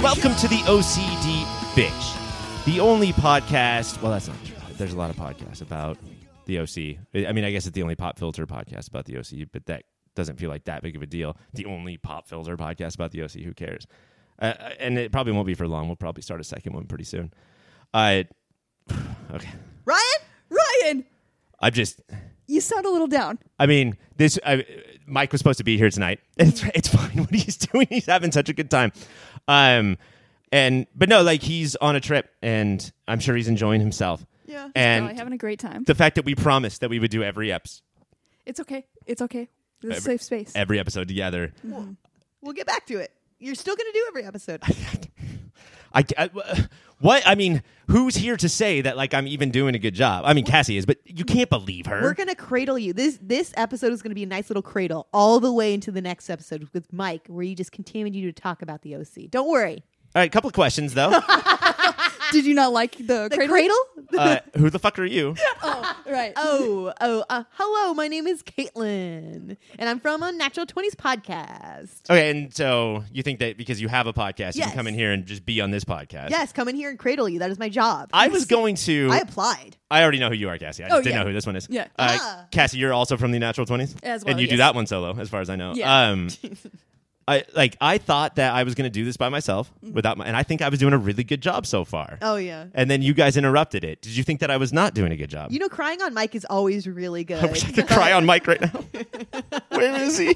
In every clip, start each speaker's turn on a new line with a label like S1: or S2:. S1: Welcome to the OCD Bitch, the only podcast. Well, that's not true. There's a lot of podcasts about the OC. I mean, I guess it's the only pop filter podcast about the OC, but that doesn't feel like that big of a deal. The only pop filter podcast about the OC. Who cares? Uh, and it probably won't be for long. We'll probably start a second one pretty soon. Uh, okay.
S2: Ryan, Ryan,
S1: I'm just.
S2: you sound a little down.
S1: I mean, this I, Mike was supposed to be here tonight. It's it's fine what he's doing. He's having such a good time. Um, and but no, like he's on a trip, and I'm sure he's enjoying himself.
S2: Yeah,
S1: And
S3: really having a great time.
S1: the fact that we promised that we would do every eps
S3: it's okay. It's okay. This is a
S1: Every-
S3: safe space.
S1: every episode together.
S2: We'll, we'll get back to it. You're still going to do every episode.
S1: I, I- what I mean, who's here to say that like I'm even doing a good job? I mean, Cassie is, but you can't believe her.
S2: We're going to cradle you. This this episode is going to be a nice little cradle all the way into the next episode with Mike, where you just continue to talk about the OC. Don't worry.
S1: All right, couple of questions though.
S3: Did you not like the,
S2: The
S3: cradle?
S2: cradle?
S1: uh, who the fuck are you?
S3: Oh, right.
S2: Oh, oh, uh, hello. My name is Caitlin, and I'm from a Natural 20s podcast.
S1: Okay, and so you think that because you have a podcast, you
S2: Yes.
S1: can come in here and just be on this podcast?
S2: Yes, come in here and cradle you. That is my job.
S1: I was going to.
S2: I
S1: I,
S2: applied.
S1: already know who you are, Cassie. I just
S3: Oh,
S1: didn't
S3: yeah.
S1: know who this one is.
S3: Yeah.
S1: Uh,
S2: Ah.
S1: Cassie, you're also from the Natural Twenties,
S3: As
S1: and
S3: well,
S1: you do
S3: yes.
S1: that one solo, as far as I know.
S3: Yeah.
S1: Um, I like. I thought that I was going to do this by myself without, my, and I think I was doing a really good job so far.
S2: Mm. Oh yeah.
S1: And then you guys interrupted it. Did you think that I was not doing a good job?
S2: You know, crying on Mike is always really good.
S1: I wish I could cry on Mike right now. Where is he?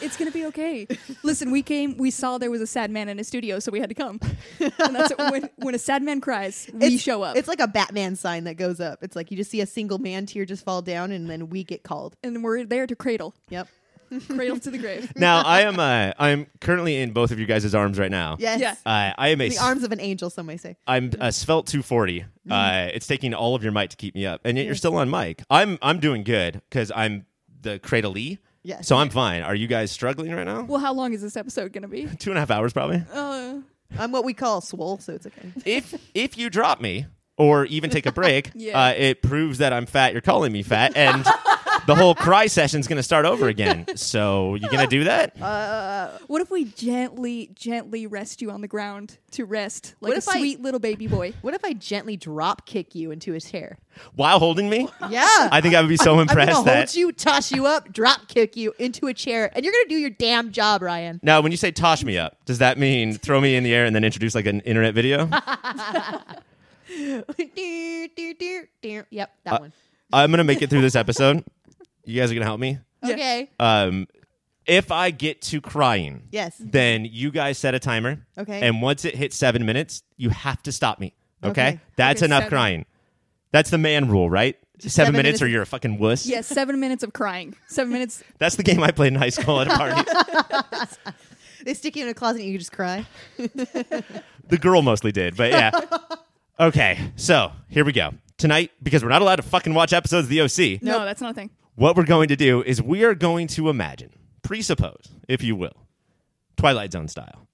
S3: It's gonna be okay. Listen, we came. We saw there was a sad man in a studio, so we had to come. and that's when, when a sad man cries, we
S2: It's-
S3: show up,
S2: It's like a Batman sign that goes up. It's like you just see a single man tear just fall down, and then we get called.
S3: and we're there to cradle,
S2: Yep.
S3: cradle to the grave.
S1: now I am. Uh, I'm currently in both of you guys' arms right now.
S2: Yes.
S3: Yeah.
S1: Uh, I am a
S2: The arms of an angel, some may say.
S1: I'm a svelte 240.
S2: Mm-hmm.
S1: Uh, it's taking all of your mic to keep me up, and yet you're still on mic. I'm I'm doing good because I'm the cradle E.
S2: Yes.
S1: So I'm fine. Are you guys struggling right now?
S3: Well, how long is this episode gonna be?
S1: Two and a half hours probably.
S3: Uh,
S2: I'm what we call swole, so it's okay.
S1: if if you drop me or even take a break,
S3: Yeah.
S1: uh, it proves that I'm fat. You're calling me fat, and the whole cry session's gonna start over again. So you gonna do that?
S2: Uh,
S3: what if we gently, gently rest you on the ground to rest, like
S2: What
S3: a
S2: if I-
S3: sweet little baby boy?
S2: What if I gently drop kick you into his hair?
S1: While holding me,
S2: Yeah.
S1: I think I would be so
S2: I'm
S1: impressed
S2: gonna
S1: that.
S2: hold you, toss you up, drop kick you into a chair, and you're gonna do your damn job, Ryan.
S1: Now, when you say tosh me up, does that mean throw me in the air and then introduce like an internet video?
S2: Deer, deer, deer, deer. Yep, that
S1: Uh,
S2: one.
S1: I'm gonna make it through this episode. You guys are gonna help me.
S3: yeah.
S2: Okay.
S1: Um, if I get to crying,
S2: Yes.
S1: then you guys set a timer.
S2: Okay.
S1: And once it hits seven minutes, you have to stop me. Okay.
S2: Okay.
S1: That's
S3: Okay,
S1: enough
S3: seven.
S1: crying. That's the man rule, right? Seven,
S2: seven
S1: minutes,
S2: minutes-
S1: or you're a fucking wuss.
S3: Yes, seven minutes of crying. Seven minutes.
S1: That's the game I played in high school at a party.
S2: They stick you in a closet and you just cry.
S1: the girl mostly did, but yeah. Okay. So here we go. Tonight, because we're not allowed to fucking watch episodes of the OC,
S3: No, that's not a thing.
S1: what we're going to do is we are going to imagine, presuppose, if you will, Twilight Zone style.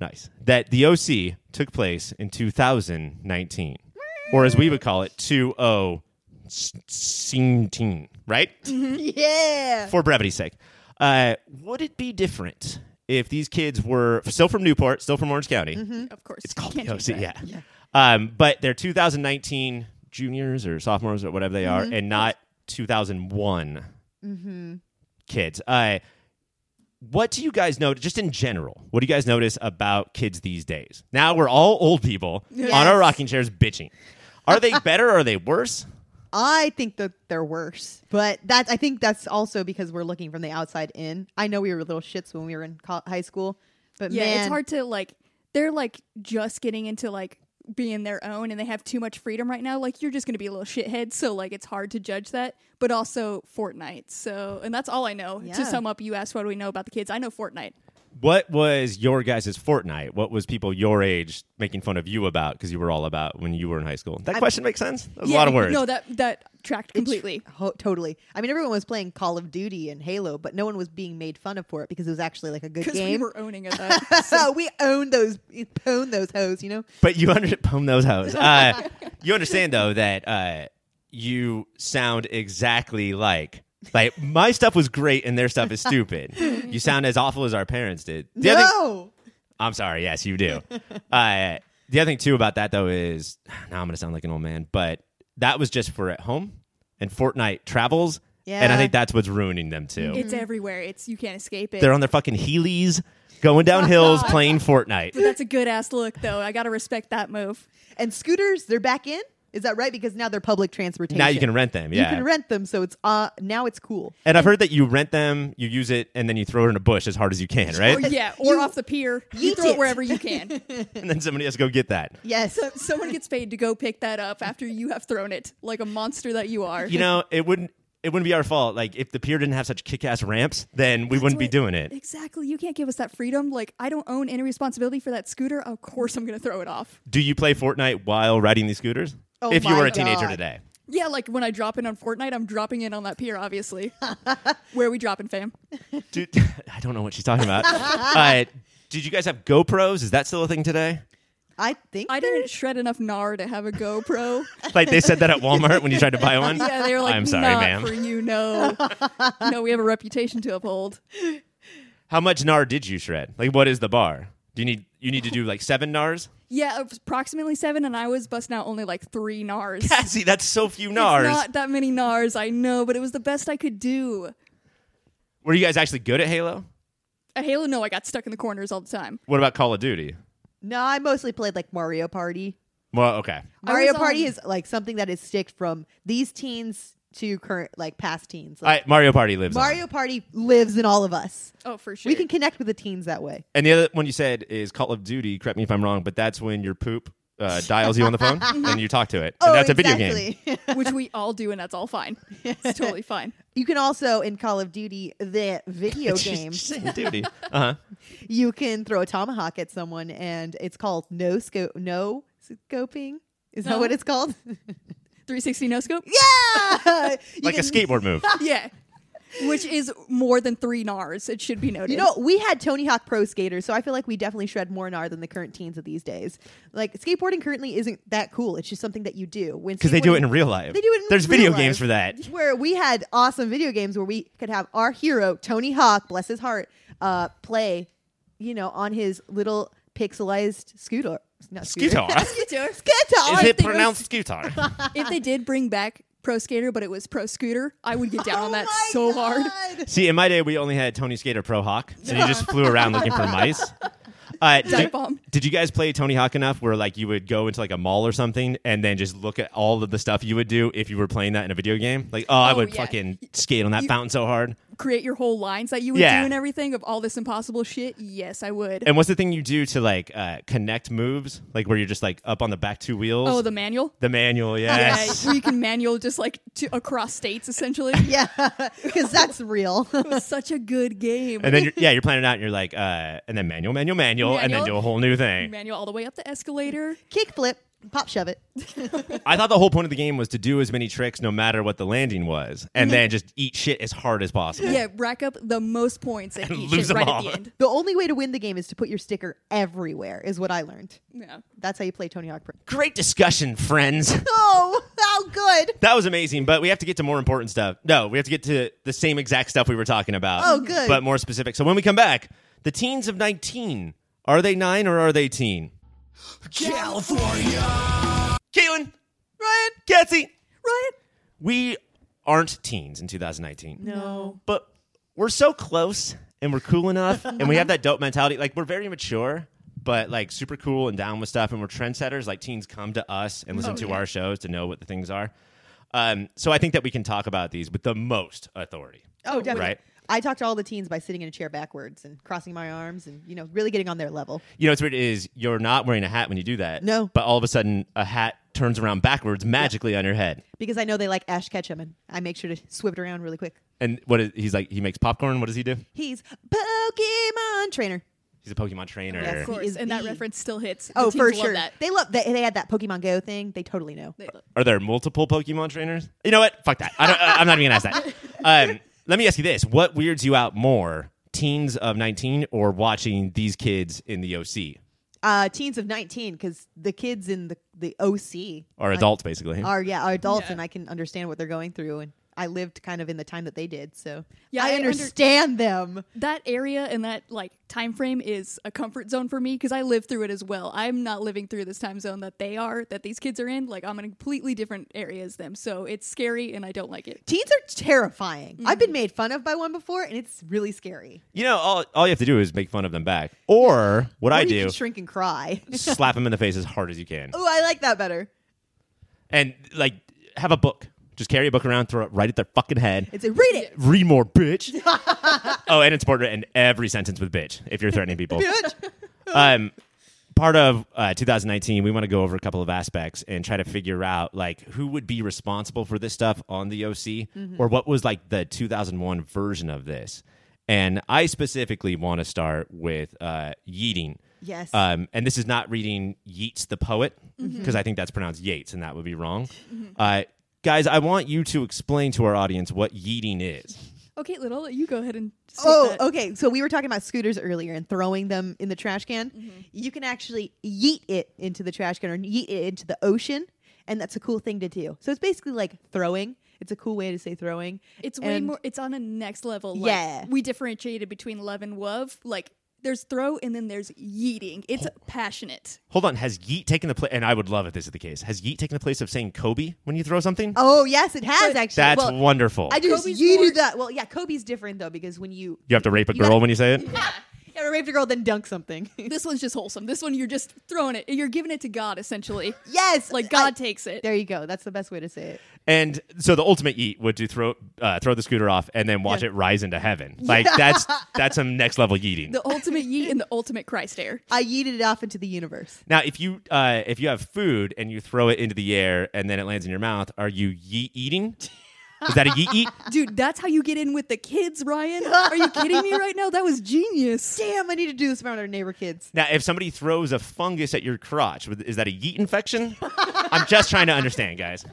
S1: Nice. That the OC took place in 2019, or as we would call it, 2019, right?
S2: yeah.
S1: For brevity's sake. Uh, would it be different if these kids were still from Newport, still from Orange County?
S3: Of course,
S1: It's called
S3: Can't
S1: the
S3: change
S1: OC,
S3: that.
S1: yeah. Um, but they're 2019 juniors or sophomores or whatever they are, and not 2001 kids. Uh, what do you guys notice, just in general, what do you guys notice about kids these days? Now we're all old people on our rocking chairs bitching. Are they better? Or are they worse?
S2: I think that they're worse, but that I think that's also because we're looking from the outside in. I know we were little shits when we were in co- high school, but
S3: Yeah,
S2: man,
S3: it's hard to like. They're like just getting into like being their own, and they have too much freedom right now. Like you're just gonna be a little shithead, so like it's hard to judge that. But also Fortnite, so and that's all I know.
S2: Yeah.
S3: To sum up, you asked what do we know about the kids? I know Fortnite.
S1: What was your guys' Fortnite? What was people your age making fun of you about because you were all about when you were in high school? That question makes sense? That was a lot of words.
S3: No, that that tracked completely.
S2: Ho- totally. I mean, everyone was playing Call of Duty and Halo, but no one was being made fun of for it because it was actually like a good
S3: Because we
S2: game.
S3: were owning it. That.
S2: So we own those, own those hoes, you know.
S1: But you under pwn those hoes. Uh, you understand though that uh, you sound exactly like Like my stuff was great and their stuff is stupid. you sound as awful as our parents did. The other-
S2: no.
S1: I'm sorry. Yes, you do. uh, the other thing too about that though is now I'm going to sound like an old man, but that was just for at home and Fortnite travels, and I
S2: Yeah.
S1: think that's what's ruining them too.
S3: It's everywhere. It's you can't escape it.
S1: They're on their fucking heelys, going down hills, playing
S3: but
S1: Fortnite.
S3: that's a good ass look though. I gotta respect that move.
S2: And scooters, they're back in. Is that right? Because now they're public transportation.
S1: Now you can rent them.
S2: You
S1: Yeah,
S2: can rent them, so it's uh now it's cool.
S1: and I've heard that you rent them, you use it, and then you throw it in a bush as hard as you can,
S3: Or,
S1: right?
S3: Oh, yeah, or
S2: You-
S3: off the pier. You
S2: Yeet
S3: throw it
S2: it.
S3: wherever you can.
S1: and then somebody has to go get that.
S2: Yes.
S3: So- Someone gets paid to go pick that up after you have thrown it, like a monster that you are.
S1: You know, it wouldn't. It wouldn't be our fault. Like if the pier didn't have such kick-ass ramps, then we wouldn't be
S3: what-
S1: doing it.
S3: Exactly. You can't give us that freedom. Like I don't own any responsibility for that scooter. Of course I'm gonna throw it off.
S1: Do you play Fortnite while riding these scooters?
S2: Oh
S1: if you
S2: my
S1: were a teenager
S2: God.
S1: today.
S3: Yeah, like when I drop in on Fortnite, I'm dropping in on that pier, obviously. Where are we dropping, fam?
S1: Dude, I don't know what she's talking about. uh, did you guys have GoPros? Is that still a thing today?
S2: I think
S3: I didn't shred enough gnar to have a GoPro.
S1: Like they said that at Walmart when you tried to buy one.
S3: yeah, they were like,
S1: I'm sorry,
S3: not
S1: ma'am.
S3: for you, no. no, we have a reputation to uphold.
S1: How much NAR did you shred? Like, what is the bar? Do you need you need to do like seven NARs?
S3: Yeah, approximately seven, and I was busting out only like three nars.
S1: See, that's so few
S3: It's
S1: NARs.
S3: not that many nars, I know, but it was the best I could do.
S1: Were you guys actually good at Halo?
S3: At Halo, no, I got stuck in the corners all the time.
S1: What about Call of Duty?
S2: no, I mostly played like Mario Party.
S1: Well, okay.
S3: I
S2: Mario
S3: was
S2: Party
S3: on-
S2: is like something that is sticked from these teens to current like past teens.
S1: All
S2: Like,
S1: right, Mario Party lives on.
S2: Mario Party lives in all of us.
S3: Oh, for sure.
S2: We can connect with the teens that way.
S1: And the other one you said is Call of Duty. Correct me if I'm wrong, but that's when your poop uh, dials you on the phone and you talk to it.
S2: Oh,
S1: and that's a video game.
S2: game.
S3: which we all do, and that's all fine. It's totally fine.
S2: you can also in Call of Duty the video
S1: She's-
S2: game.
S1: she's saying Duty. Uh huh.
S2: you can throw a tomahawk at someone and it's called no scope no scoping is
S3: No.
S2: that what it's called
S3: 360 no scope?
S2: yeah You
S1: Like a
S2: can-
S1: skateboard move.
S3: Yeah. Which is more than three NARS, it should be noted.
S2: you know we had tony hawk pro skaters so i feel like we definitely shred more nar than the current teens of these days like skateboarding currently isn't that cool it's just something that you do when
S1: Because they do it in
S2: skateboarding-
S1: real life.
S2: they do it in
S1: There's
S2: real
S1: video
S2: life.
S1: games for that.
S2: where we had awesome video games where we could have our hero Tony Hawk, bless his heart, uh, play, you know, on his little pixelized scooter, not
S1: Scooter.
S3: Scooter.
S2: Scooter.
S1: Is
S3: I
S1: it
S3: think it
S1: pronounced scooter?
S3: if they did bring back Pro Skater, but it was Pro Scooter, I would get down on
S2: Oh
S3: that
S2: my
S3: so hard.
S2: God.
S1: See, in my day, we only had Tony Skater Pro Hawk, so you just flew around looking for mice. Uh,
S3: Dive
S1: did,
S3: bomb.
S1: did you guys play Tony Hawk enough where like you would go into like a mall or something and then just look at all of the stuff you would do if you were playing that in a video game? Like, oh, I
S3: Oh,
S1: would
S3: yeah.
S1: fucking skate on that fountain so hard.
S3: Create your whole lines that you would
S1: Yeah.
S3: do and everything of all this impossible shit. Yes, I would.
S1: And what's the thing you do to like uh, connect moves? Like where you're just like up on the back two wheels.
S3: oh, the manual.
S1: The manual, yes.
S3: Yeah, where you can manual just like to, across states essentially.
S2: Yeah, because that's real.
S3: it was such a good game.
S1: And then you're, yeah, you're planning it out and you're like, uh, and then manual, manual, manual, and then
S3: Manual.
S1: do a whole new thing.
S3: manual all the way up the escalator.
S2: Kickflip, pop shove it.
S1: I thought the whole point of the game was to do as many tricks no matter what the landing was,
S2: Mm-hmm.
S1: and then just eat shit as hard as possible.
S3: Yeah, rack up the most points and,
S1: And
S3: eat
S1: lose
S3: shit
S1: them
S3: right
S1: all.
S3: at the end.
S2: The only way to win the game is to put your sticker everywhere, is what I learned.
S3: Yeah.
S2: That's how you play Tony Hawk Pro.
S1: Great discussion, friends.
S2: Oh, how good.
S1: That was amazing, but we have to get to more important stuff. No, we have to get to the same exact stuff we were talking about.
S2: Oh, good.
S1: But more specific. So when we come back, the teens of 19, are they nine or are they teen? California! Caitlin! Ryan! Cassie!
S3: Right?
S1: We aren't teens in 2019.
S3: No.
S1: but we're so close and we're cool enough and we have that dope mentality. Like we're very mature, but like super cool and down with stuff and we're trendsetters. Like teens come to us and listen to our shows to know what the things are. Um, so I think that we can talk about these with the most authority.
S2: Oh, definitely.
S1: Right.
S2: I talked to all the teens by sitting in a chair backwards and crossing my arms and, you know, really getting on their level.
S1: You know what's weird is you're not wearing a hat when you do that.
S2: No.
S1: But all of a sudden a hat turns around backwards magically on your head.
S2: Because I know they like Ash Ketchum and I make sure to swivel it around really quick.
S1: And what is he's like he makes popcorn, what does he do?
S2: He's Pokemon trainer.
S1: He's a Pokemon trainer.
S2: Yes.
S3: Of course.
S2: is
S3: And that
S2: the-
S3: reference still hits. The
S2: Oh,
S3: teens
S2: for
S3: love
S2: sure.
S3: That.
S2: They love they, they had that Pokemon Go thing. They totally know.
S3: They love-
S1: Are there multiple Pokemon trainers? You know what? Fuck that. I don't, uh, I'm not even gonna ask that. Um, let me ask you this: What weirds you out more, teens of 19 or watching these kids in the OC
S2: Uh, teens of 19 cuz the kids in the the OC
S1: or adults, basically?
S2: are yeah are adults
S3: Yeah.
S2: and I can understand what they're going through and I lived kind of in the time that they did, so
S3: Yeah,
S2: I
S3: I under-
S2: understand them.
S3: that area and that like time frame is a comfort zone for me because I live through it as well. I'm not living through this time zone that they are, that these kids are in. Like I'm in a completely different area as them, so it's scary and I don't like it.
S2: Teens are terrifying. I've been made fun of by one before, and it's really scary.
S1: You know, all, all you have to do is make fun of them back. Or what
S2: Or
S1: I
S2: you
S1: do,
S2: can shrink and cry.
S1: slap them in the face as hard as you can.
S2: oh, I like that better.
S1: And, like, have a book. Just carry a book around, throw it right at their fucking head.
S2: It's a read it,
S1: Read more, bitch. oh, and it's important to end every sentence with bitch if you're threatening people.
S2: bitch.
S1: um, part of uh, 2019, we want to go over a couple of aspects and try to figure out like who would be responsible for this stuff on the OC or what was like the 2001 version of this. And I specifically want to start with uh, yeeting.
S2: Yes.
S1: Um, and this is not reading Yeats the poet because
S2: Mm-hmm.
S1: I think that's pronounced Yates and that would be wrong. Uh, guys, I want you to explain to our audience what yeeting is.
S3: Okay, little, you go ahead and state
S2: Oh,
S3: that.
S2: okay. So we were talking about scooters earlier and throwing them in the trash can. You can actually yeet it into the trash can or yeet it into the ocean, and that's a cool thing to do. So it's basically like throwing. It's a cool way to say throwing.
S3: It's way
S2: And-
S3: more. It's on a next level. Like,
S2: Yeah.
S3: we differentiated between love and wove. Like there's throw and then there's yeeting. It's passionate.
S1: Hold on, has yeet taken the place? And I would love if this is the case. Has yeet taken the place of saying Kobe when you throw something?
S2: Oh yes, it has
S3: But-
S2: actually.
S1: That's
S2: well,
S1: wonderful.
S2: I just
S3: Kobe's
S2: yeeted
S3: more-
S2: that. Well, yeah, Kobe's different though because when you
S1: you have to rape a
S2: gotta-
S1: girl when you say it.
S2: you ever raped a girl then dunk something.
S3: This one's just wholesome. This one you're just throwing it. You're giving it to God essentially.
S2: yes,
S3: Like God
S2: I-
S3: takes it.
S2: there you go. That's the best way to say it.
S1: And so the ultimate yeet would to throw uh, throw the scooter off and then watch it rise into heaven. Like that's that's some next level yeeting.
S3: The ultimate yeet and the ultimate Christ air.
S2: I yeeted it off into the universe.
S1: now, if you uh, if you have food and you throw it into the air and then it lands in your mouth, are you yeet eating? Is that a yeet eat?
S3: Dude, that's how you get in with the kids, Ryan. Are you kidding me right now? That was genius.
S2: Damn, I need to do this around our neighbor kids.
S1: Now, if somebody throws a fungus at your crotch, would- is that a yeet infection? I'm just trying to understand, guys.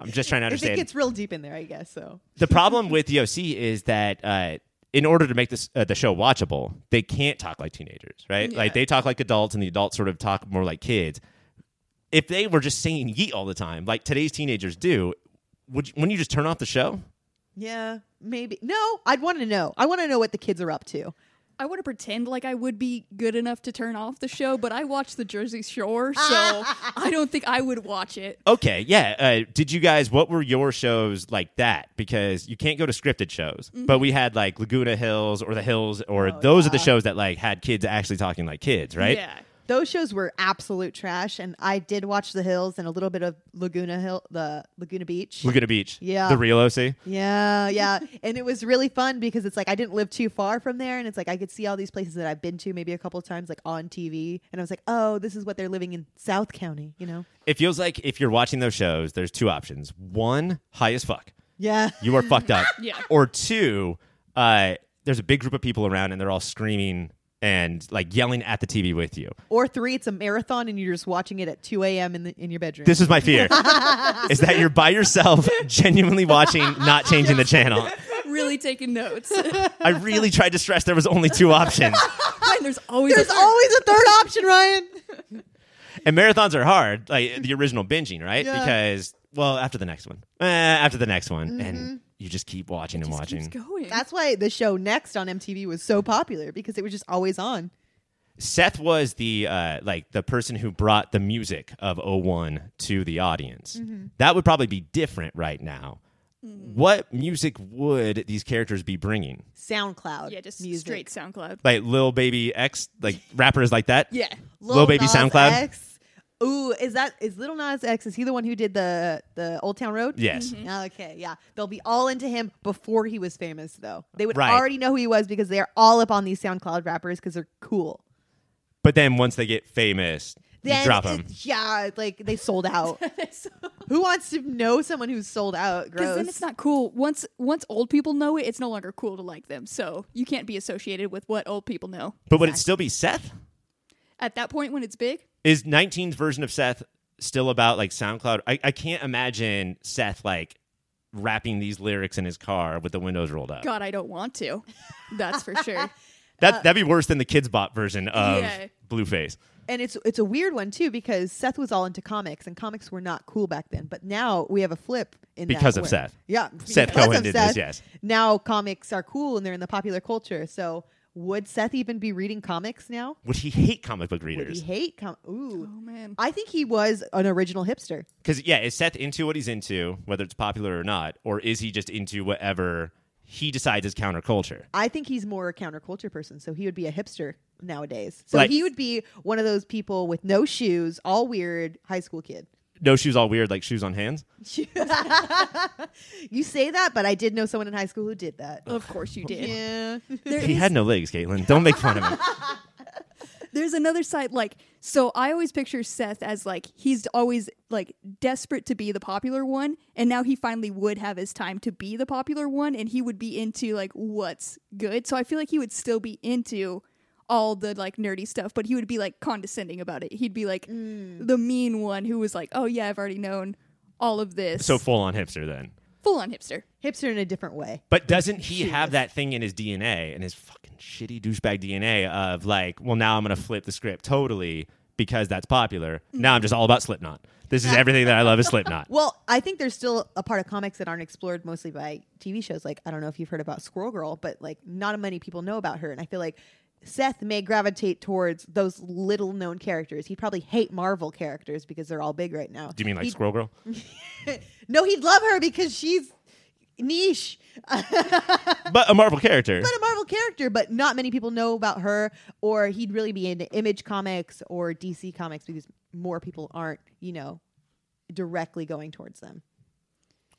S1: I'm just trying to
S2: If it
S1: understand.
S2: gets real deep in there, I guess so.
S1: the problem with the OC is that uh, in order to make this uh, the show watchable, they can't talk like teenagers, right? Like they talk like adults, and the adults sort of talk more like kids. If they were just saying "yeet" all the time, like today's teenagers do, would you, wouldn't you just turn off the show?
S2: Yeah, maybe. No, I'd want to know. I want to know what the kids are up to.
S3: I want to pretend like I would be good enough to turn off the show, but I watch the Jersey Shore, so I don't think I would watch it.
S1: Okay, yeah. Uh, did you guys? What were your shows like that? Because you can't go to scripted shows, but we had like Laguna Hills or The Hills, or those are the shows that like had kids actually talking like kids, right?
S3: Yeah.
S2: Those shows were absolute trash, and I did watch The Hills and a little bit of Laguna Hill, the Laguna Beach.
S1: Laguna Beach,
S2: Yeah.
S1: the real OC.
S2: yeah, yeah, and it was really fun because it's like I didn't live too far from there, and it's like I could see all these places that I've been to maybe a couple of times, like on TV, and I was like, oh, this is what they're living in South County, you know?
S1: It feels like if you're watching those shows, there's two options. One, high as fuck.
S2: Yeah,
S1: You are fucked up.
S3: Yeah.
S1: Or two, uh, there's a big group of people around and they're all screaming and like yelling at the TV with you.
S2: or three, it's a marathon, and you're just watching it at two a.m. in the in your bedroom.
S1: This is my fear. is that you're by yourself genuinely watching, not changing the channel.
S3: Really taking notes.
S1: I really tried to stress there was only two options.
S3: Ryan, there's always
S2: There's
S3: a-
S2: always a third option, Ryan.
S1: And marathons are hard, like the original binging, right?
S2: Yeah.
S1: Because well, after the next one. Eh, after the next one. And you just keep watching and
S3: Mm-hmm. Just
S1: watching.
S3: keeps going.
S2: That's why the show Next on MTV was so popular because it was just always on.
S1: Seth was the uh, like the person who brought the music of 01 to the audience.
S3: Mm-hmm.
S1: That would probably be different right now.
S3: Mm.
S1: What music would these characters be bringing?
S2: SoundCloud.
S3: yeah, just
S2: music.
S3: straight SoundCloud.
S1: Like Lil Baby X, like rappers like that?
S3: Yeah.
S1: Lil, Baby
S2: Nas
S1: SoundCloud?
S2: X. Ooh, is that is Little Nas X? Is he the one who did the the Old Town Road?
S1: Yes.
S3: Mm-hmm.
S2: Okay, yeah. They'll be all into him before he was famous, though. They would
S1: Right.
S2: already know who he was because they're all up on these SoundCloud rappers because they're cool.
S1: But then once they get famous, you drop them.
S2: it- yeah, like they sold out.
S3: Because
S2: who wants to know someone who's sold out? Gross.
S3: then it's not cool. Once once old people know it, it's no longer cool to like them. So you can't be associated with what old people know.
S1: But would it still be Seth?
S3: At that point when it's big,
S1: Is 19's version of Seth still about like SoundCloud? I, I can't imagine Seth like rapping these lyrics in his car with the windows rolled up.
S3: God, I don't want to. That's for sure.
S1: That that'd be worse than the Kids Bop version of
S3: Yeah.
S1: Blueface.
S2: and it's it's a weird one too because Seth was all into comics and comics were not cool back then. But now we have a flip in that
S1: Because of
S2: where-
S1: Seth.
S2: Yeah,
S1: Seth
S2: because
S1: Cohen
S2: of
S1: did
S2: Seth,
S1: this, yes.
S2: now comics are cool and they're in the popular culture. So would Seth even be reading comics now?
S1: Would he hate comic book
S2: Would he
S1: readers?
S2: hate com-
S3: Oh
S2: Ooh,
S3: man.
S2: I think he was an original hipster.
S1: Because yeah, is Seth into what he's into, whether it's popular or not, or is he just into whatever he decides is counterculture?
S2: I think he's more a counterculture person, so he would be a hipster nowadays. So
S1: Like-
S2: he would be one of those people with no shoes, all weird high school kid.
S1: No shoes, all weird, like shoes on hands.
S2: you say that, but I did know someone in high school who did that.
S1: Oh.
S3: Of course you did.
S2: Yeah.
S3: There
S1: He
S3: is-
S1: had no legs, Caitlin. Don't make fun of him.
S3: there's another side like so i always picture seth as like he's always like desperate to be the popular one and now he finally would have his time to be the popular one and he would be into like what's good so i feel like he would still be into all the like nerdy stuff but he would be like condescending about it he'd be like the mean one who was like oh yeah i've already known all of this
S1: So full on hipster then.
S3: full on hipster
S2: Hipster in a different way.
S1: But doesn't he have that thing in his DNA and his fucking shitty douchebag DNA of like, well, now I'm gonna flip the script totally because that's popular. Now I'm just all about Slipknot. This is everything that I love is Slipknot.
S2: Well, I think there's still a part of comics that aren't explored mostly by TV shows. Like, I don't know if you've heard about Squirrel Girl, but like, not many people know about her. And I feel like Seth may gravitate towards those little known characters. He'd probably hate Marvel characters because they're all big right now.
S1: Do you mean like
S2: He'd-
S1: Squirrel Girl?
S2: No, he'd love her because she's niche.
S1: But a Marvel character.
S2: not a Marvel character, but not many people know about her, or he'd really be into Image Comics or DC Comics because more people aren't, you know, directly going towards them.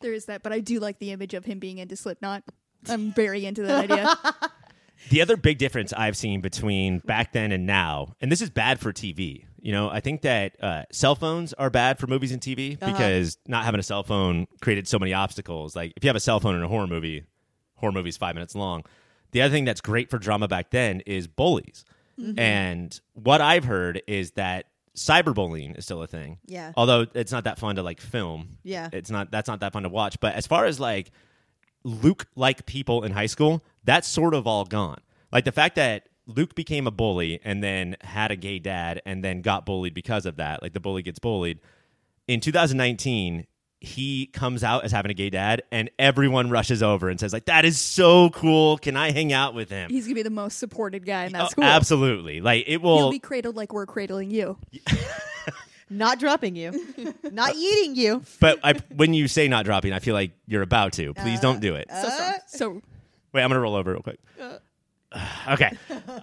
S3: there is that but i do like the image of him being into slipknot i'm very into that idea
S1: The other big difference I've seen between back then and now, and this is bad for TV. You know, I think that uh, cell phones are bad for movies and TV because not having a cell phone created so many obstacles. Like if you have a cell phone in a horror movie, horror movie's five minutes long. The other thing that's great for drama back then is bullies. And what I've heard is that cyberbullying is still a thing.
S2: Yeah.
S1: Although it's not that fun to like film.
S2: Yeah.
S1: It's not that's not that fun to watch. But as far as like Luke like people in high school, that's sort of all gone. Like the fact that Luke became a bully and then had a gay dad and then got bullied because of that, like the bully gets bullied. In 2019, he comes out as having a gay dad and everyone rushes over and says like that is so cool. Can I hang out with him?
S3: he's gonna be the most supported guy in that
S1: Oh,
S3: school
S1: Absolutely. Like it
S3: You'll
S1: will
S3: be cradled like we're cradling you.
S2: Not dropping you, not eating you.
S1: but I when you say not dropping, I feel like you're about to. Please don't
S3: Uh,
S1: do it.
S3: So strong. So
S1: Wait, I'm gonna roll over real quick.
S2: Uh.
S1: okay.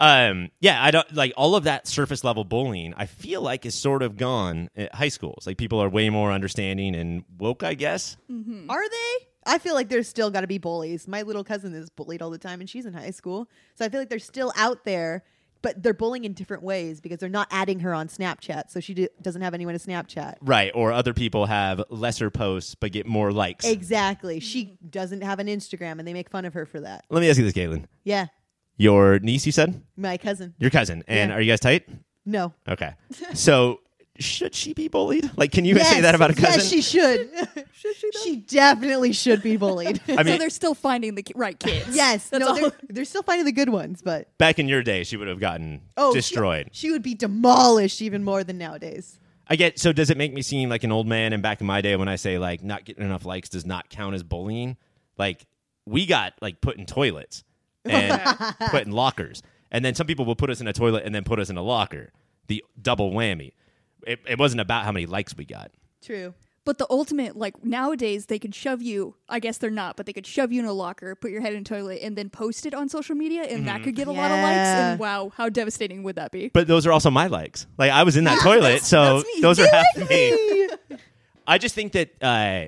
S1: Um, yeah, I don't like all of that surface level bullying. I feel like is sort of gone at high schools. Like people are way more understanding and woke. I guess.
S2: Mm-hmm. Are they? I feel like there's still got to be bullies. My little cousin is bullied all the time, and she's in high school, so I feel like they're still out there. But they're bullying in different ways because they're not adding her on Snapchat, so she do- doesn't have anyone to Snapchat.
S1: Right. Or other people have lesser posts but get more likes.
S2: Exactly. She doesn't have an Instagram, and they make fun of her for that.
S1: Let me ask you this, Caitlin.
S2: Yeah,
S1: Your niece, you said,
S2: my cousin.
S1: your cousin, and are you guys tight?
S2: No,
S1: Okay. So should she be bullied? Like, can you say
S2: Yes.
S1: that about a cousin?
S2: Yes, she should. should she? She definitely should be bullied.
S1: I mean,
S3: so they're still finding the ki- right kids.
S2: yes.
S3: That's
S2: no,
S3: all.
S2: they're, they're still finding the good ones, but
S1: back in your day, she would have gotten
S2: oh, she-
S1: destroyed.
S2: She, would be demolished even more than nowadays.
S1: I get so does it make me seem like an old man and back in my day when I say like not getting enough likes does not count as bullying? Like we got like put in toilets and put in lockers. And then some people will put us in a toilet and then put us in a locker. The double whammy. It, it wasn't about how many likes we got.
S2: True.
S3: But the ultimate, like nowadays, they could shove you. I guess they're not, but they could shove you in a locker, put your head in a toilet, and then post it on social media, and that could get a lot of likes.
S2: Yeah.
S3: And wow, how devastating would that be?
S1: Mm-hmm. But those are also my likes. Like I was in that toilet, so
S3: that's me.
S1: those are
S3: They
S1: half me. I just think that uh,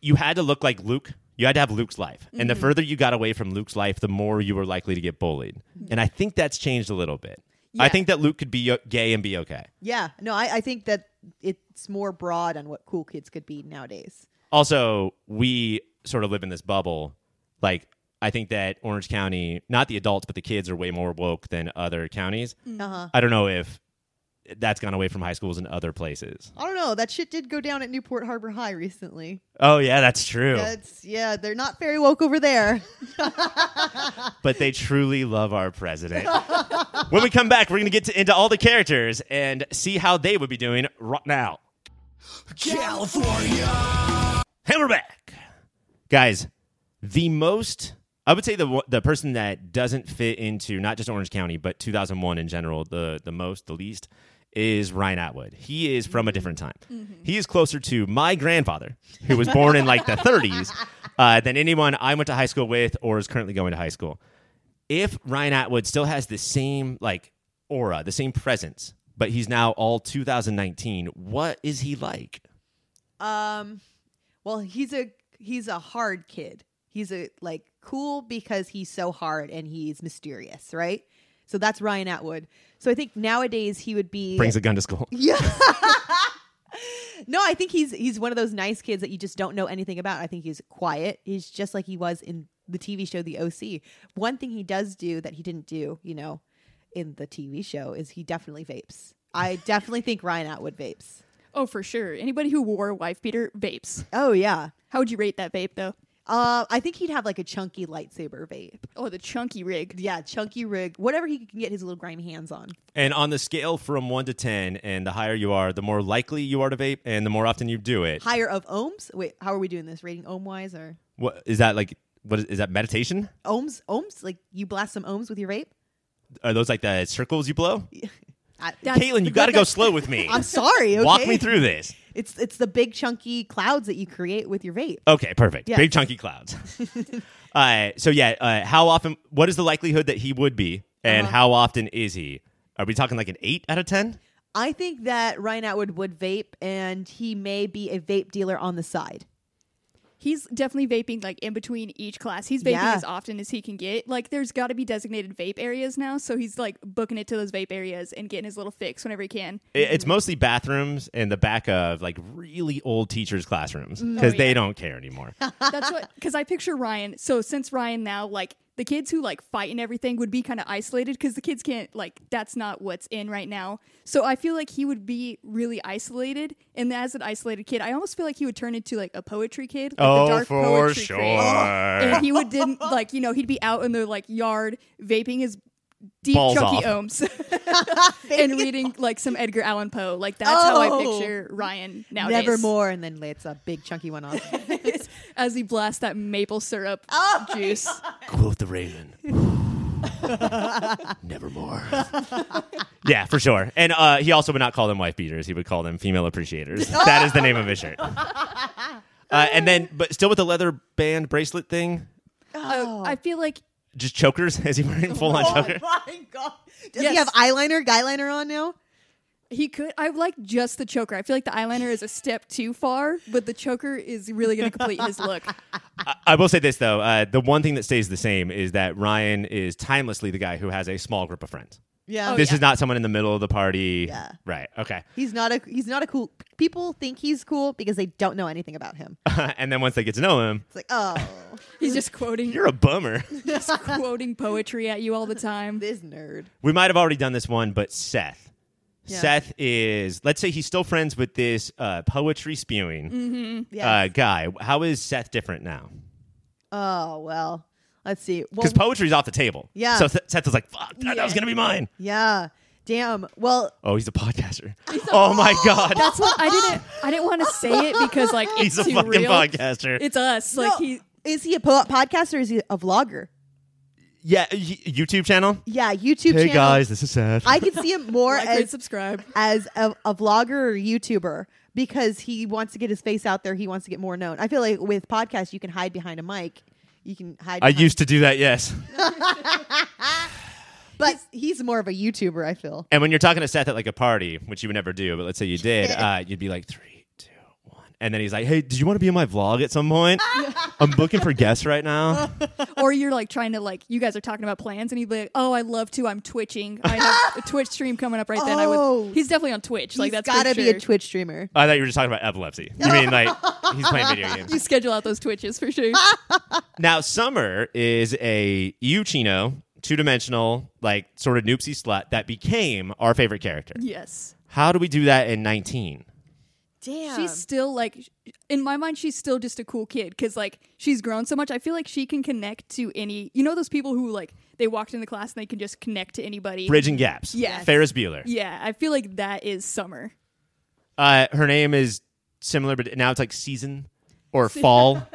S1: you had to look like Luke. You had to have Luke's life. And the
S3: Mm-hmm.
S1: further you got away from Luke's life, the more you were likely to get bullied. And I think that's changed a little bit. I
S3: Yeah.
S1: think that Luke could be o- gay and be okay.
S2: Yeah. No, I, I think that it's more broad on what cool kids could be nowadays.
S1: Also, we sort of live in this bubble. Like, I think that Orange
S3: Mm.
S1: County, not the adults, but the kids are way more woke than other counties.
S2: Uh huh.
S1: I don't know if that's gone away from high schools and other places.
S2: I don't know. That shit did go down at Newport Harbor High recently.
S1: Oh yeah, that's true.
S2: That's yeah, they're not very woke over there.
S1: but they truly love our president. when we come back, we're going to get to, into all the characters and see how they would be doing right now.
S4: California.
S1: And we're back. Guys, the most, I would say the, one- the person that doesn't fit into not just Orange County, but 2001 in general, the, the most, the least, is Ryan Atwood. He is from a different time. He is closer to my grandfather, who was born in like the 30s, uh, than anyone I went to high school with or is currently going to high school if Ryan Atwood still has the same like aura, the same presence, but he's now all 2019, what is he like?
S2: Um, well, he's a he's a hard kid. He's a like cool because he's so hard and he's mysterious, right? So that's Ryan Atwood. So I think nowadays he would be
S1: Brings a gun to school.
S2: yeah. no, I think he's he's one of those nice kids that you just don't know anything about. I think he's quiet. He's just like he was in the TV show The OC. One thing he does do that he didn't do, you know, in the TV show is he definitely vapes. I definitely think Ryan Atwood vapes.
S3: Oh, for sure. Anybody who wore a wife beater vapes.
S2: Oh yeah.
S3: How would you rate that vape though?
S2: Uh, I think he'd have like a chunky lightsaber vape.
S3: Oh, the chunky rig.
S2: Yeah, chunky rig, whatever he can get his little grimy hands on.
S1: And on the scale from one to 10, and the higher you are, the more likely you are to vape and the more often you do it.
S2: Higher of ohms. Wait, how are we doing this? Rating ohm wise or
S1: What is that like? What is, is that meditation?
S2: ohms? Ohms? Like you blast some ohms with your vape?
S1: Are those like the circles you blow?
S2: I,
S3: That's-
S1: Caitlin, you got to go slow with me.
S2: I'm sorry. Okay?
S1: Walk me through this.
S2: It's it's the big chunky clouds that you create with your vape.
S1: Okay, perfect.
S2: Yeah.
S1: Big chunky clouds. uh, so yeah, uh, how often? What is the likelihood that he would be, and how often is he? Are we talking like an eight out of ten?
S2: I think that Ryan Atwood would vape, and he may be a vape dealer on the side.
S3: He's definitely vaping like in between each class. He's vaping
S2: Yeah.
S3: as often as he can get. Like there's got to be designated vape areas now, so he's like booking it to those vape areas and getting his little fix whenever he can.
S1: It, it's mostly bathrooms and the back of like really old teachers' classrooms because they
S3: yeah.
S1: don't care anymore.
S3: That's what because I picture Ryan. So since Ryan now, like the kids who like fight and everything would be kind of isolated because the kids can't like that's not what's in right now. So I feel like he would be really isolated, and as an isolated kid, I almost feel like he would turn into like a poetry kid. Like
S1: Oh,
S3: the dark poetry Kid. And he would didn't like you know he'd be out in the like yard vaping his deep
S1: Balls off.
S3: chunky ohms
S2: Vaping
S3: and
S2: is
S3: reading like some Edgar Allan Poe. Like that's how I
S2: Oh.
S3: picture Ryan nowadays.
S2: Nevermore, and then it's a big chunky one on.
S3: as he blasts that maple syrup
S2: Oh.
S3: juice. Oh.
S1: Quoth the raven. Nevermore. yeah, for sure. And uh, he also would not call them wife beaters. He would call them female appreciators. that is the name of his shirt. Uh, and then, but still with the leather band bracelet thing,
S2: Oh.
S3: Uh, I feel like
S1: just chokers. Is he wearing full on choker?
S2: my god! Does
S3: Yes.
S2: he have eyeliner, guyliner on now?
S3: he could. I like just the choker. I feel like the eyeliner is a step too far, but the choker is really going to complete his look.
S1: I, I will say this though: uh, the one thing that stays the same is that Ryan is timelessly the guy who has a small group of friends.
S2: Yeah,
S3: Oh,
S1: this
S3: yeah.
S1: is not someone in the middle of the party.
S2: Yeah.
S1: Right. Okay.
S2: he's not a he's not a cool. People think he's cool because they don't know anything about him.
S1: and then once they get to know him,
S2: It's like, oh,
S3: He's just quoting,
S1: you're a bummer.
S3: just quoting poetry at you all the time.
S2: this nerd.
S1: we might have already done this one, but Seth.
S2: Yeah.
S1: Seth is, let's say he's still friends with this uh, poetry spewing
S2: Mm. Yeah.
S1: uh, guy. How is Seth different now?
S2: oh well, let's see. Well,
S1: Because poetry's off the table.
S2: Yeah.
S1: So Seth Seth is like, fuck, that, that was
S3: Yeah.
S1: going to be mine.
S2: yeah. Damn. Well,
S1: Oh, he's a podcaster. oh my God.
S3: That's what I didn't. I didn't want to say it because like it's
S1: he's a
S3: too
S1: fucking
S3: real.
S1: podcaster.
S3: It's us. Like
S2: no,
S3: he.
S2: is he a po- podcast or is he a vlogger?
S1: yeah. y- YouTube channel?
S2: Yeah, YouTube channel.
S1: this is Seth.
S2: I could see him more
S3: Like, rate,
S2: as
S3: subscribe.
S2: as a, a vlogger or YouTuber because he wants to get his face out there. He wants to get more known. I feel like with podcasts, you can hide behind a mic. You can hide.
S1: I
S2: behind-
S1: used to do that, yes.
S2: but he's more of a YouTuber. I feel.
S1: And when you're talking to Seth at like a party, which you would never do, but let's say you did, uh, you'd be like three, two, one, and then he's like, "Hey, did you want to be in my vlog at some point? I'm looking for guests right now."
S3: Or you're like trying to like you guys are talking about plans, and he'd be like, "Oh, I love to. I'm twitching. I have a Twitch stream coming up right then. I
S2: Oh.
S3: would. He's definitely on Twitch. like
S2: He's
S3: that's
S2: gotta
S3: for
S2: be a
S3: sure.
S2: Twitch streamer.
S1: I thought you were just talking about epilepsy. You mean like he's playing video games?
S3: Ah. You schedule out those Twitches for sure.
S1: Now, Summer is a Uchino two dimensional, like sort of noopsy slut that became our favorite character.
S3: Yes.
S1: How do we do that in 19?
S2: Damn.
S3: She's still like, in my mind, she's still just a cool kid because like she's grown so much. I feel like she can connect to any. You know those people who like they walked into class and they can just connect to anybody.
S1: Bridging gaps.
S3: Yes.
S1: Ferris Bueller.
S3: Yeah, I feel like that is Summer.
S1: Uh, her name is similar, but now it's like season or fall.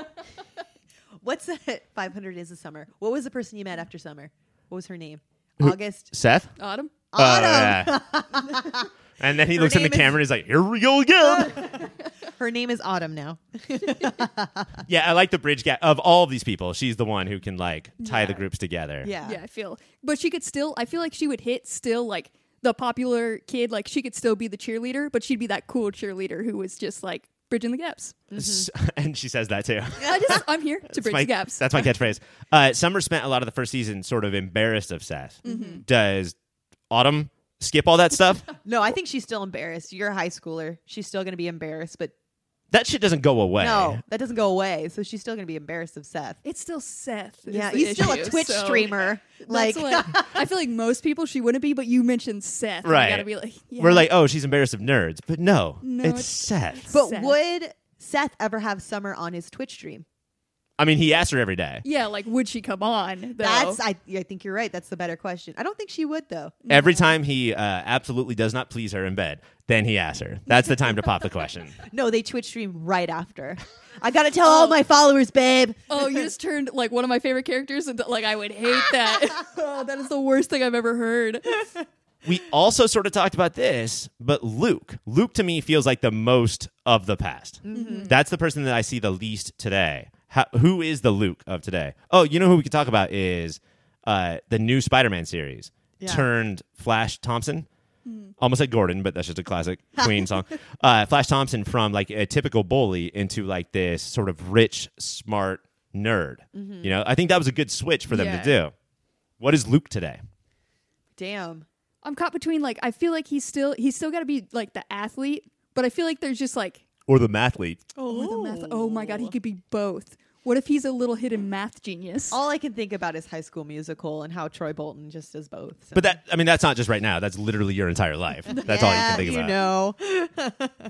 S2: What's that? 500 is a summer. What was the person you met after summer? What was her name? August.
S1: Seth?
S3: Autumn.
S2: Autumn.
S1: Oh, yeah. and then he
S2: Her
S1: looks in the
S2: name is-
S1: camera and he's like, here we go again.
S2: Her name is Autumn now.
S1: yeah, I like the bridge gap. Of all of these people, she's the one who can like tie the
S3: Yeah.
S1: groups together.
S2: Yeah.
S3: yeah, I feel. But she could still. I feel like she would hit still like the popular kid. Like she could still be the cheerleader, but she'd be that cool cheerleader who was just like bridging the gaps.
S1: S-
S2: Mm-hmm.
S1: and she says that too.
S3: I just I'm here to bridge
S1: my,
S3: the gaps.
S1: That's my catchphrase. Uh, Summer spent a lot of the first season sort of embarrassed of Seth.
S2: Mm-hmm.
S1: Does Autumn skip all that stuff?
S2: No, I think she's still embarrassed. You're a high schooler. She's still going to be embarrassed, but
S1: that shit doesn't go away.
S2: no, that doesn't go away. So she's still going to be embarrassed of Seth.
S3: It's still Seth. is
S2: yeah,
S3: the
S2: he's still a
S3: issue,
S2: Twitch
S3: so-
S2: streamer. Like,
S3: That's what- I feel like most people she wouldn't be, but you mentioned Seth.
S1: Right.
S3: You gotta be like, yeah.
S1: We're like, oh, she's embarrassed of nerds, but no,
S3: No,
S1: it's
S3: it's-
S1: Seth.
S2: but
S3: Seth.
S2: would Seth ever have Summer on his Twitch stream?
S1: I mean, he asks her every day.
S3: yeah, like would she come on? Though?
S2: That's I, I think you're right. That's the better question. I don't think she would though.
S1: Every time he uh, absolutely does not please her in bed, then he asks her. That's the time to pop the question.
S2: No, they Twitch stream right after. I gotta tell all my followers, babe.
S3: oh, you just turned like one of my favorite characters into like I would hate that. oh, that is the worst thing I've ever heard.
S1: We also sort of talked about this, but Luke, Luke to me feels like the most of the past. That's the person that I see the least today. How, who is the Luke of today? Oh, you know who we could talk about is uh, the new Spider-Man series
S2: Yeah.
S1: turned Flash Thompson. Almost like Gordon, but that's just a classic Queen song. Uh, Flash Thompson from like a typical bully into like this sort of rich, smart nerd. You know, I think that was a good switch for them
S3: Yeah.
S1: to do. What is Luke today?
S2: Damn.
S3: I'm caught between like I feel like he's still he's still gotta be like the athlete, but I feel like there's just like
S1: Or the mathlete?
S3: oh, the math. Oh my god, he could be both. What if he's a little hidden math genius?
S2: All I can think about is High School Musical and how Troy Bolton just does both. so-
S1: But that I mean that's not just right now. That's literally your entire life. That's all you
S2: Yeah,
S1: can think about.
S2: know.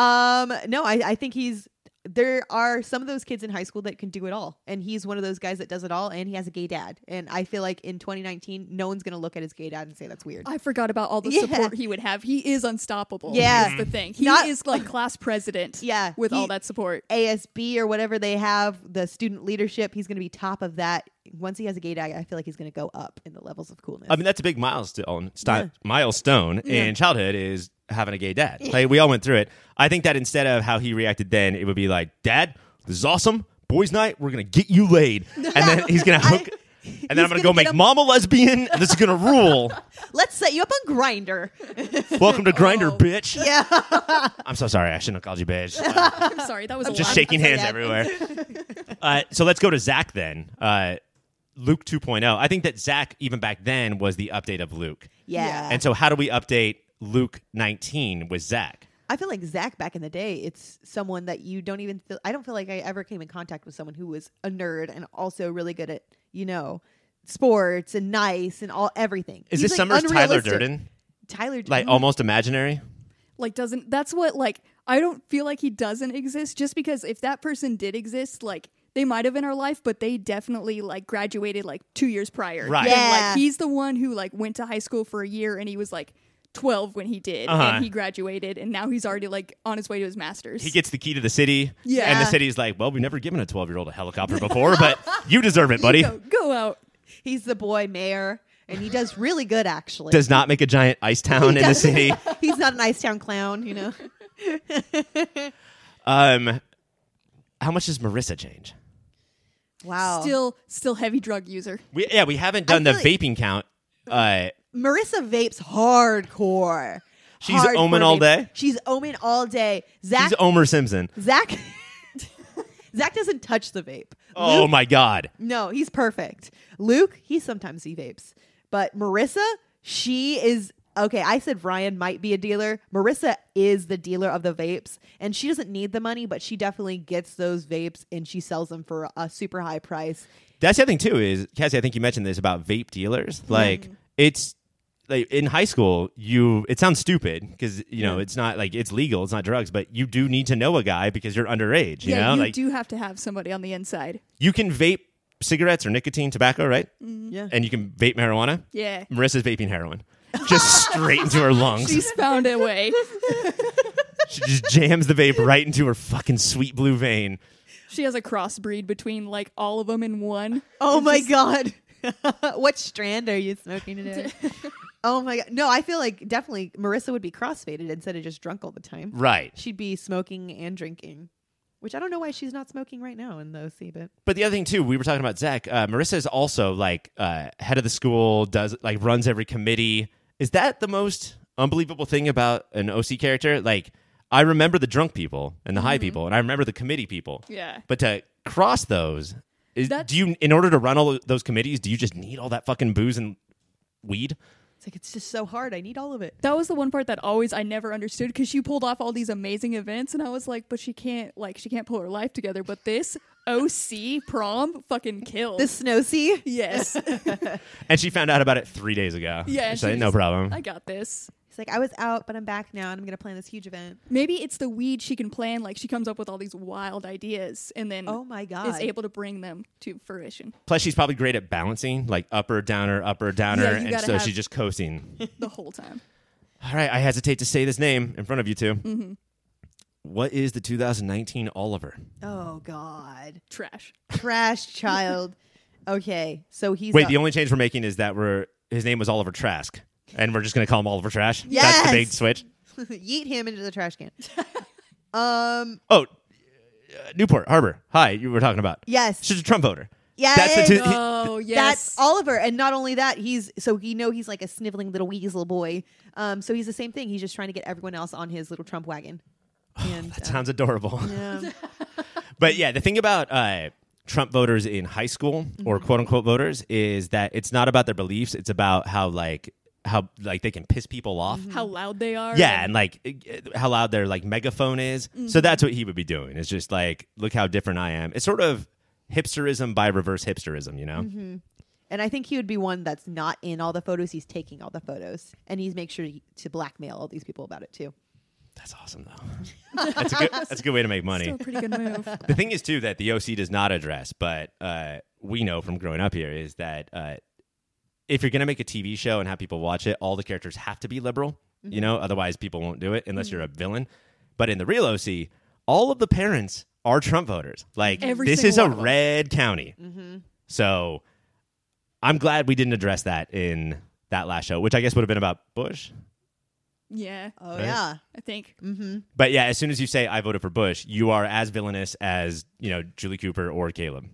S2: um, no, I, I think he's. There are some of those kids in high school that can do it all, and he's one of those guys that does it all. And he has a gay dad, and I feel like in 2019, no one's gonna look at his gay dad and say that's weird.
S3: I forgot about all the
S2: Yeah.
S3: support he would have. He is unstoppable.
S2: Yeah.
S3: is the thing. He
S2: Not-
S3: is like class president.
S2: Yeah,
S3: with all
S2: he-
S3: that support.
S2: ASB or whatever they have, the student leadership, he's gonna be top of that. Once he has a gay dad, I feel like he's gonna go up in the levels of coolness.
S1: I mean that's a big milestone sti- milestone in childhood is having a gay dad. Like we all went through it. I think that instead of how he reacted then, it would be like, Dad, this is awesome. Boys' night, we're gonna get you laid. And then he's gonna hook and then I'm gonna,
S2: gonna
S1: go
S2: get
S1: make
S2: him-
S1: mom a lesbian and this is gonna rule.
S2: Let's set you up on Grinder.
S1: Welcome to Grinder,
S3: Oh.
S1: bitch.
S2: yeah,
S1: I'm so sorry, I shouldn't have called you bitch.
S3: I'm sorry, that was a
S1: just
S3: lot.
S1: shaking hands
S2: yeah.
S1: everywhere. uh, so let's go to Zach then. Uh, Luke 2.0. I think that Zach, even back then, was the update of Luke.
S2: yeah.
S1: And so, how do we update Luke 19 with Zach?
S2: I feel like Zach back in the day, it's someone that you don't even feel. I don't feel like I ever came in contact with someone who was a nerd and also really good at, you know, sports and nice and all everything.
S1: Is
S2: He's,
S1: this
S2: like,
S1: summer's Tyler
S2: unrealistic. Mm-hmm.
S1: Durden?
S2: Tyler
S1: Like
S2: Durden.
S1: almost imaginary?
S3: like doesn't that's what like I don't feel like he doesn't exist just because if that person did exist, like they might have in our life, but they definitely like graduated like two years prior.
S1: Right.
S3: And,
S2: Yeah.
S3: like he's the one who like went to high school for a year and he was like twelve when he did
S1: Uh-huh.
S3: and he graduated and now he's already like on his way to his masters.
S1: He gets the key to the city.
S3: Yeah.
S1: And the city's like, well, we've never given a 12 year old a helicopter before, but you deserve it, buddy.
S3: go, go out.
S1: oh.
S2: he's the boy mayor, and he does really good actually.
S1: Does not make a giant ice town in the
S2: doesn't.
S1: city.
S2: he's not an Ice Town clown, you know.
S1: Um, how much does Marissa change?
S2: Wow.
S3: Still still heavy drug user.
S1: We, yeah, we haven't done the
S2: feel like-
S1: vaping count. Uh,
S2: Marissa vapes hardcore.
S1: She's
S2: Hardcore
S1: oming all
S2: vapes.
S1: day?
S2: She's oming all day. Zach.
S1: she's Homer Simpson.
S2: Zach. Zach doesn't touch the vape.
S1: Oh,
S2: Luke
S1: my God.
S2: No, he's perfect. Luke, he sometimes he vapes. But Marissa, she is Okay, I said Ryan might be a dealer. Marissa is the dealer of the vapes, and she doesn't need the money, but she definitely gets those vapes and she sells them for a super high price.
S1: That's the other thing too is Cassie. I think you mentioned this about vape dealers. Like it's like in high school, you it sounds stupid because you know it's not like it's legal, it's not drugs, but you do need to know a guy because you're underage. You
S3: yeah,
S1: know,
S3: you
S1: like
S3: do have to have somebody on the inside.
S1: you can vape cigarettes or nicotine tobacco, right?
S2: Yeah.
S1: And you can vape marijuana.
S3: Mm-hmm. Yeah.
S1: Marissa's vaping heroin. Just straight into her lungs.
S3: She's found a way.
S1: she just jams the vape right into her fucking sweet blue vein.
S3: She has a crossbreed between like all of them in one.
S2: Oh my god. what strand are you smoking today? oh my god. No, I feel like definitely Marissa would be crossfaded instead of just drunk all the time.
S1: Right.
S2: She'd be smoking and drinking. Which I don't know why she's not smoking right now in the OC, but
S1: But the other thing too, we were talking about Zach. Uh, Marissa is also like uh, head of the school, does like runs every committee. Is that the most unbelievable thing about an OC character? Like, I remember the drunk people and the high people, and I remember the committee people.
S3: Mm-hmm. Yeah.
S1: But to cross those, is,
S3: That's-
S1: do you in order to run all those committees? Do you just need all that fucking booze and weed?
S2: it's like it's just so hard. I need all of it.
S3: That was the one part that always I never understood because she pulled off all these amazing events and I was like, but she can't like she can't pull her life together. But this OC prom fucking killed.
S2: The snow sea.
S3: yes,
S1: And she found out about it three days ago.
S3: Yeah,
S1: she's
S3: she
S1: like, no
S3: just-
S1: problem.
S3: I got this.
S2: It's like I was out, but I'm back now, and I'm gonna plan this huge event.
S3: Maybe it's the weed she can plan. Like she comes up with all these wild ideas and then
S2: Oh my god!
S3: is able to bring them to fruition.
S1: Plus, she's probably great at balancing, like upper downer, upper downer,
S3: you
S1: and
S3: gotta
S1: so
S3: have-
S1: she's just coasting.
S3: the whole time.
S1: All right, I hesitate to say this name in front of you 2
S2: Mm-hmm.
S1: What is the 2019 Oliver?
S2: oh god!
S3: Trash.
S2: Trash child. Okay, so he's
S1: Wait,
S2: a-
S1: the only change we're making is that we're his name was Oliver Trask, and we're just gonna call him Oliver Trash. that's
S2: Yes!
S1: the big switch.
S2: yeet him into the trash can. um.
S1: Oh, uh, Newport Harbor. Hi, you were talking about.
S2: Yes.
S1: she's a Trump voter.
S2: Yes.
S1: That's the two- He-
S3: Oh yes.
S2: That's Oliver, and not only that, he's so you know he's like a sniveling little weasel boy. Um, so he's the same thing. He's just trying to get everyone else on his little Trump wagon. And
S1: That
S2: uh,
S1: sounds adorable.
S2: yeah.
S1: But yeah, the thing about uh, Trump voters in high school or
S2: Mm-hmm.
S1: quote unquote voters is that it's not about their beliefs; it's about how like how like they can piss people
S2: Mm-hmm.
S1: off.
S3: How loud they are.
S1: Yeah, and like uh, how loud their like megaphone is. So that's what he would be doing. It's just like, look how different I am. It's sort of hipsterism by reverse hipsterism, you know?
S2: and I think he would be one that's not in all the photos. He's taking all the photos, and he's make sure to blackmail all these people about it too.
S1: That's awesome though. that's a good that's a good way to make money.
S3: Still a pretty good move.
S1: the thing is too that the OC does not address, but uh, we know from growing up here is that uh, if you're gonna make a TV show and have people watch it, all the characters have to be liberal.
S3: Mm-hmm.
S1: You know, otherwise people won't do it unless you're a villain. But in the real OC, all of the parents are Trump voters. Like
S3: Every
S1: this
S3: single
S1: is a
S3: one of them. Mm-hmm.
S1: red county, so I'm glad we didn't address that in that last show, which I guess would have been about Bush.
S3: Yeah,
S2: Oh
S1: Right.
S2: yeah,
S3: I think.
S2: Mm.
S1: But yeah, as soon as you say I voted for Bush, you are as villainous as you know Julie Cooper or Caleb.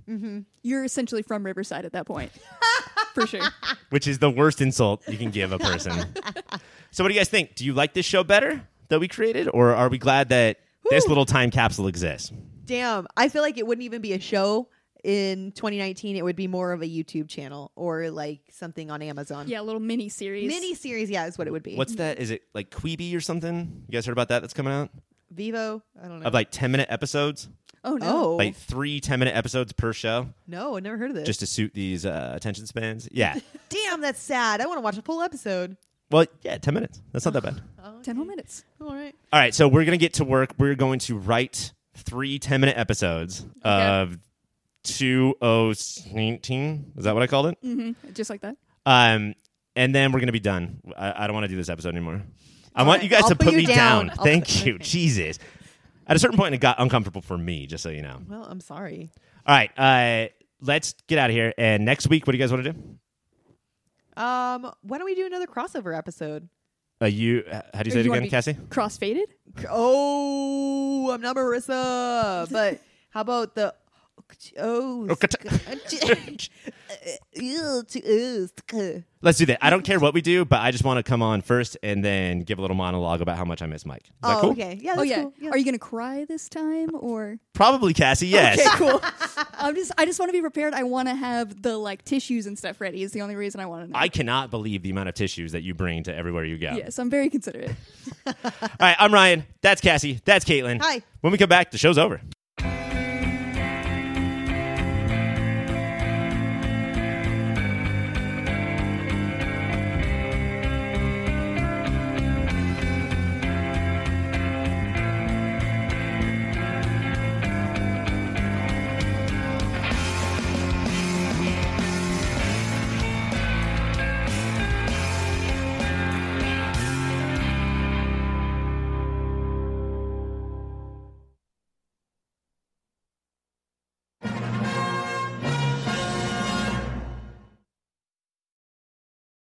S3: You're essentially from Riverside at that point. For sure.
S1: which is the worst insult you can give a person. so, what do you guys think? Do you like this show better that we created, or are we glad that this
S2: Whew.
S1: little time capsule exists?
S2: damn! I feel like it wouldn't even be a show in 2019. It would be more of a YouTube channel or like something on Amazon.
S3: Yeah, a little mini series.
S2: mini series. Yeah, is what it would be.
S1: What's that? Is it like Queeby or something? You guys heard about that? That's coming out
S2: Vivo? I don't know.
S1: of like ten minute episodes,
S3: Oh no.
S2: oh
S1: like three 10 minute episodes per show,
S2: no, I never heard of this.
S1: just to suit these uh, attention spans. Yeah,
S2: Damn, that's sad. I want to watch a full episode.
S1: well, yeah, ten minutes. That's not that bad.
S3: Ten whole minutes.
S2: All right.
S1: All right, so we're going to get to work. We're going to write three 10 minute episodes of 2019. Is that what I called it?
S3: hmm Just like that.
S1: Um, and then we're gonna be done. I, I don't want to do this episode anymore. I
S2: All
S1: want
S2: right,
S1: you guys
S2: I'll
S1: to
S2: put
S1: put,
S2: you
S1: me down.
S2: down. I'll
S1: Thank
S2: put-
S1: you, Jesus. At a certain point, it got uncomfortable for me. Just so you know.
S2: Well, I'm sorry.
S1: All right, uh, let's get out of here. And next week, what do you guys want to do?
S2: Um, why don't we do another crossover episode?
S1: Uh, you, h- how do you
S3: Or
S1: say
S3: you
S1: it
S3: wanna
S1: again,
S3: be-
S1: Cassie?
S3: Crossfaded?
S2: Oh, I'm not Marissa, but how about the oh
S1: Oh, cut-
S2: ew, to ooh.
S1: Let's do that. I don't care what we do, but I just want to come on first and then give a little monologue about how much I miss Mike. Is that
S2: Oh,
S1: cool?
S2: okay. Yeah,
S3: oh
S2: that's
S3: yeah.
S2: cool. Yeah.
S3: Are you gonna cry this time or?
S1: Probably Cassie. Yes.
S3: Okay, cool. I'm just. I just want to be prepared. I want to have the like tissues and stuff ready. Is the only reason I want to know.
S1: I cannot believe the amount of tissues that you bring to everywhere you go.
S3: yes, I'm very considerate.
S1: All right, I'm Ryan. That's Cassie. That's Caitlin.
S2: Hi.
S1: When we come back, the show's over.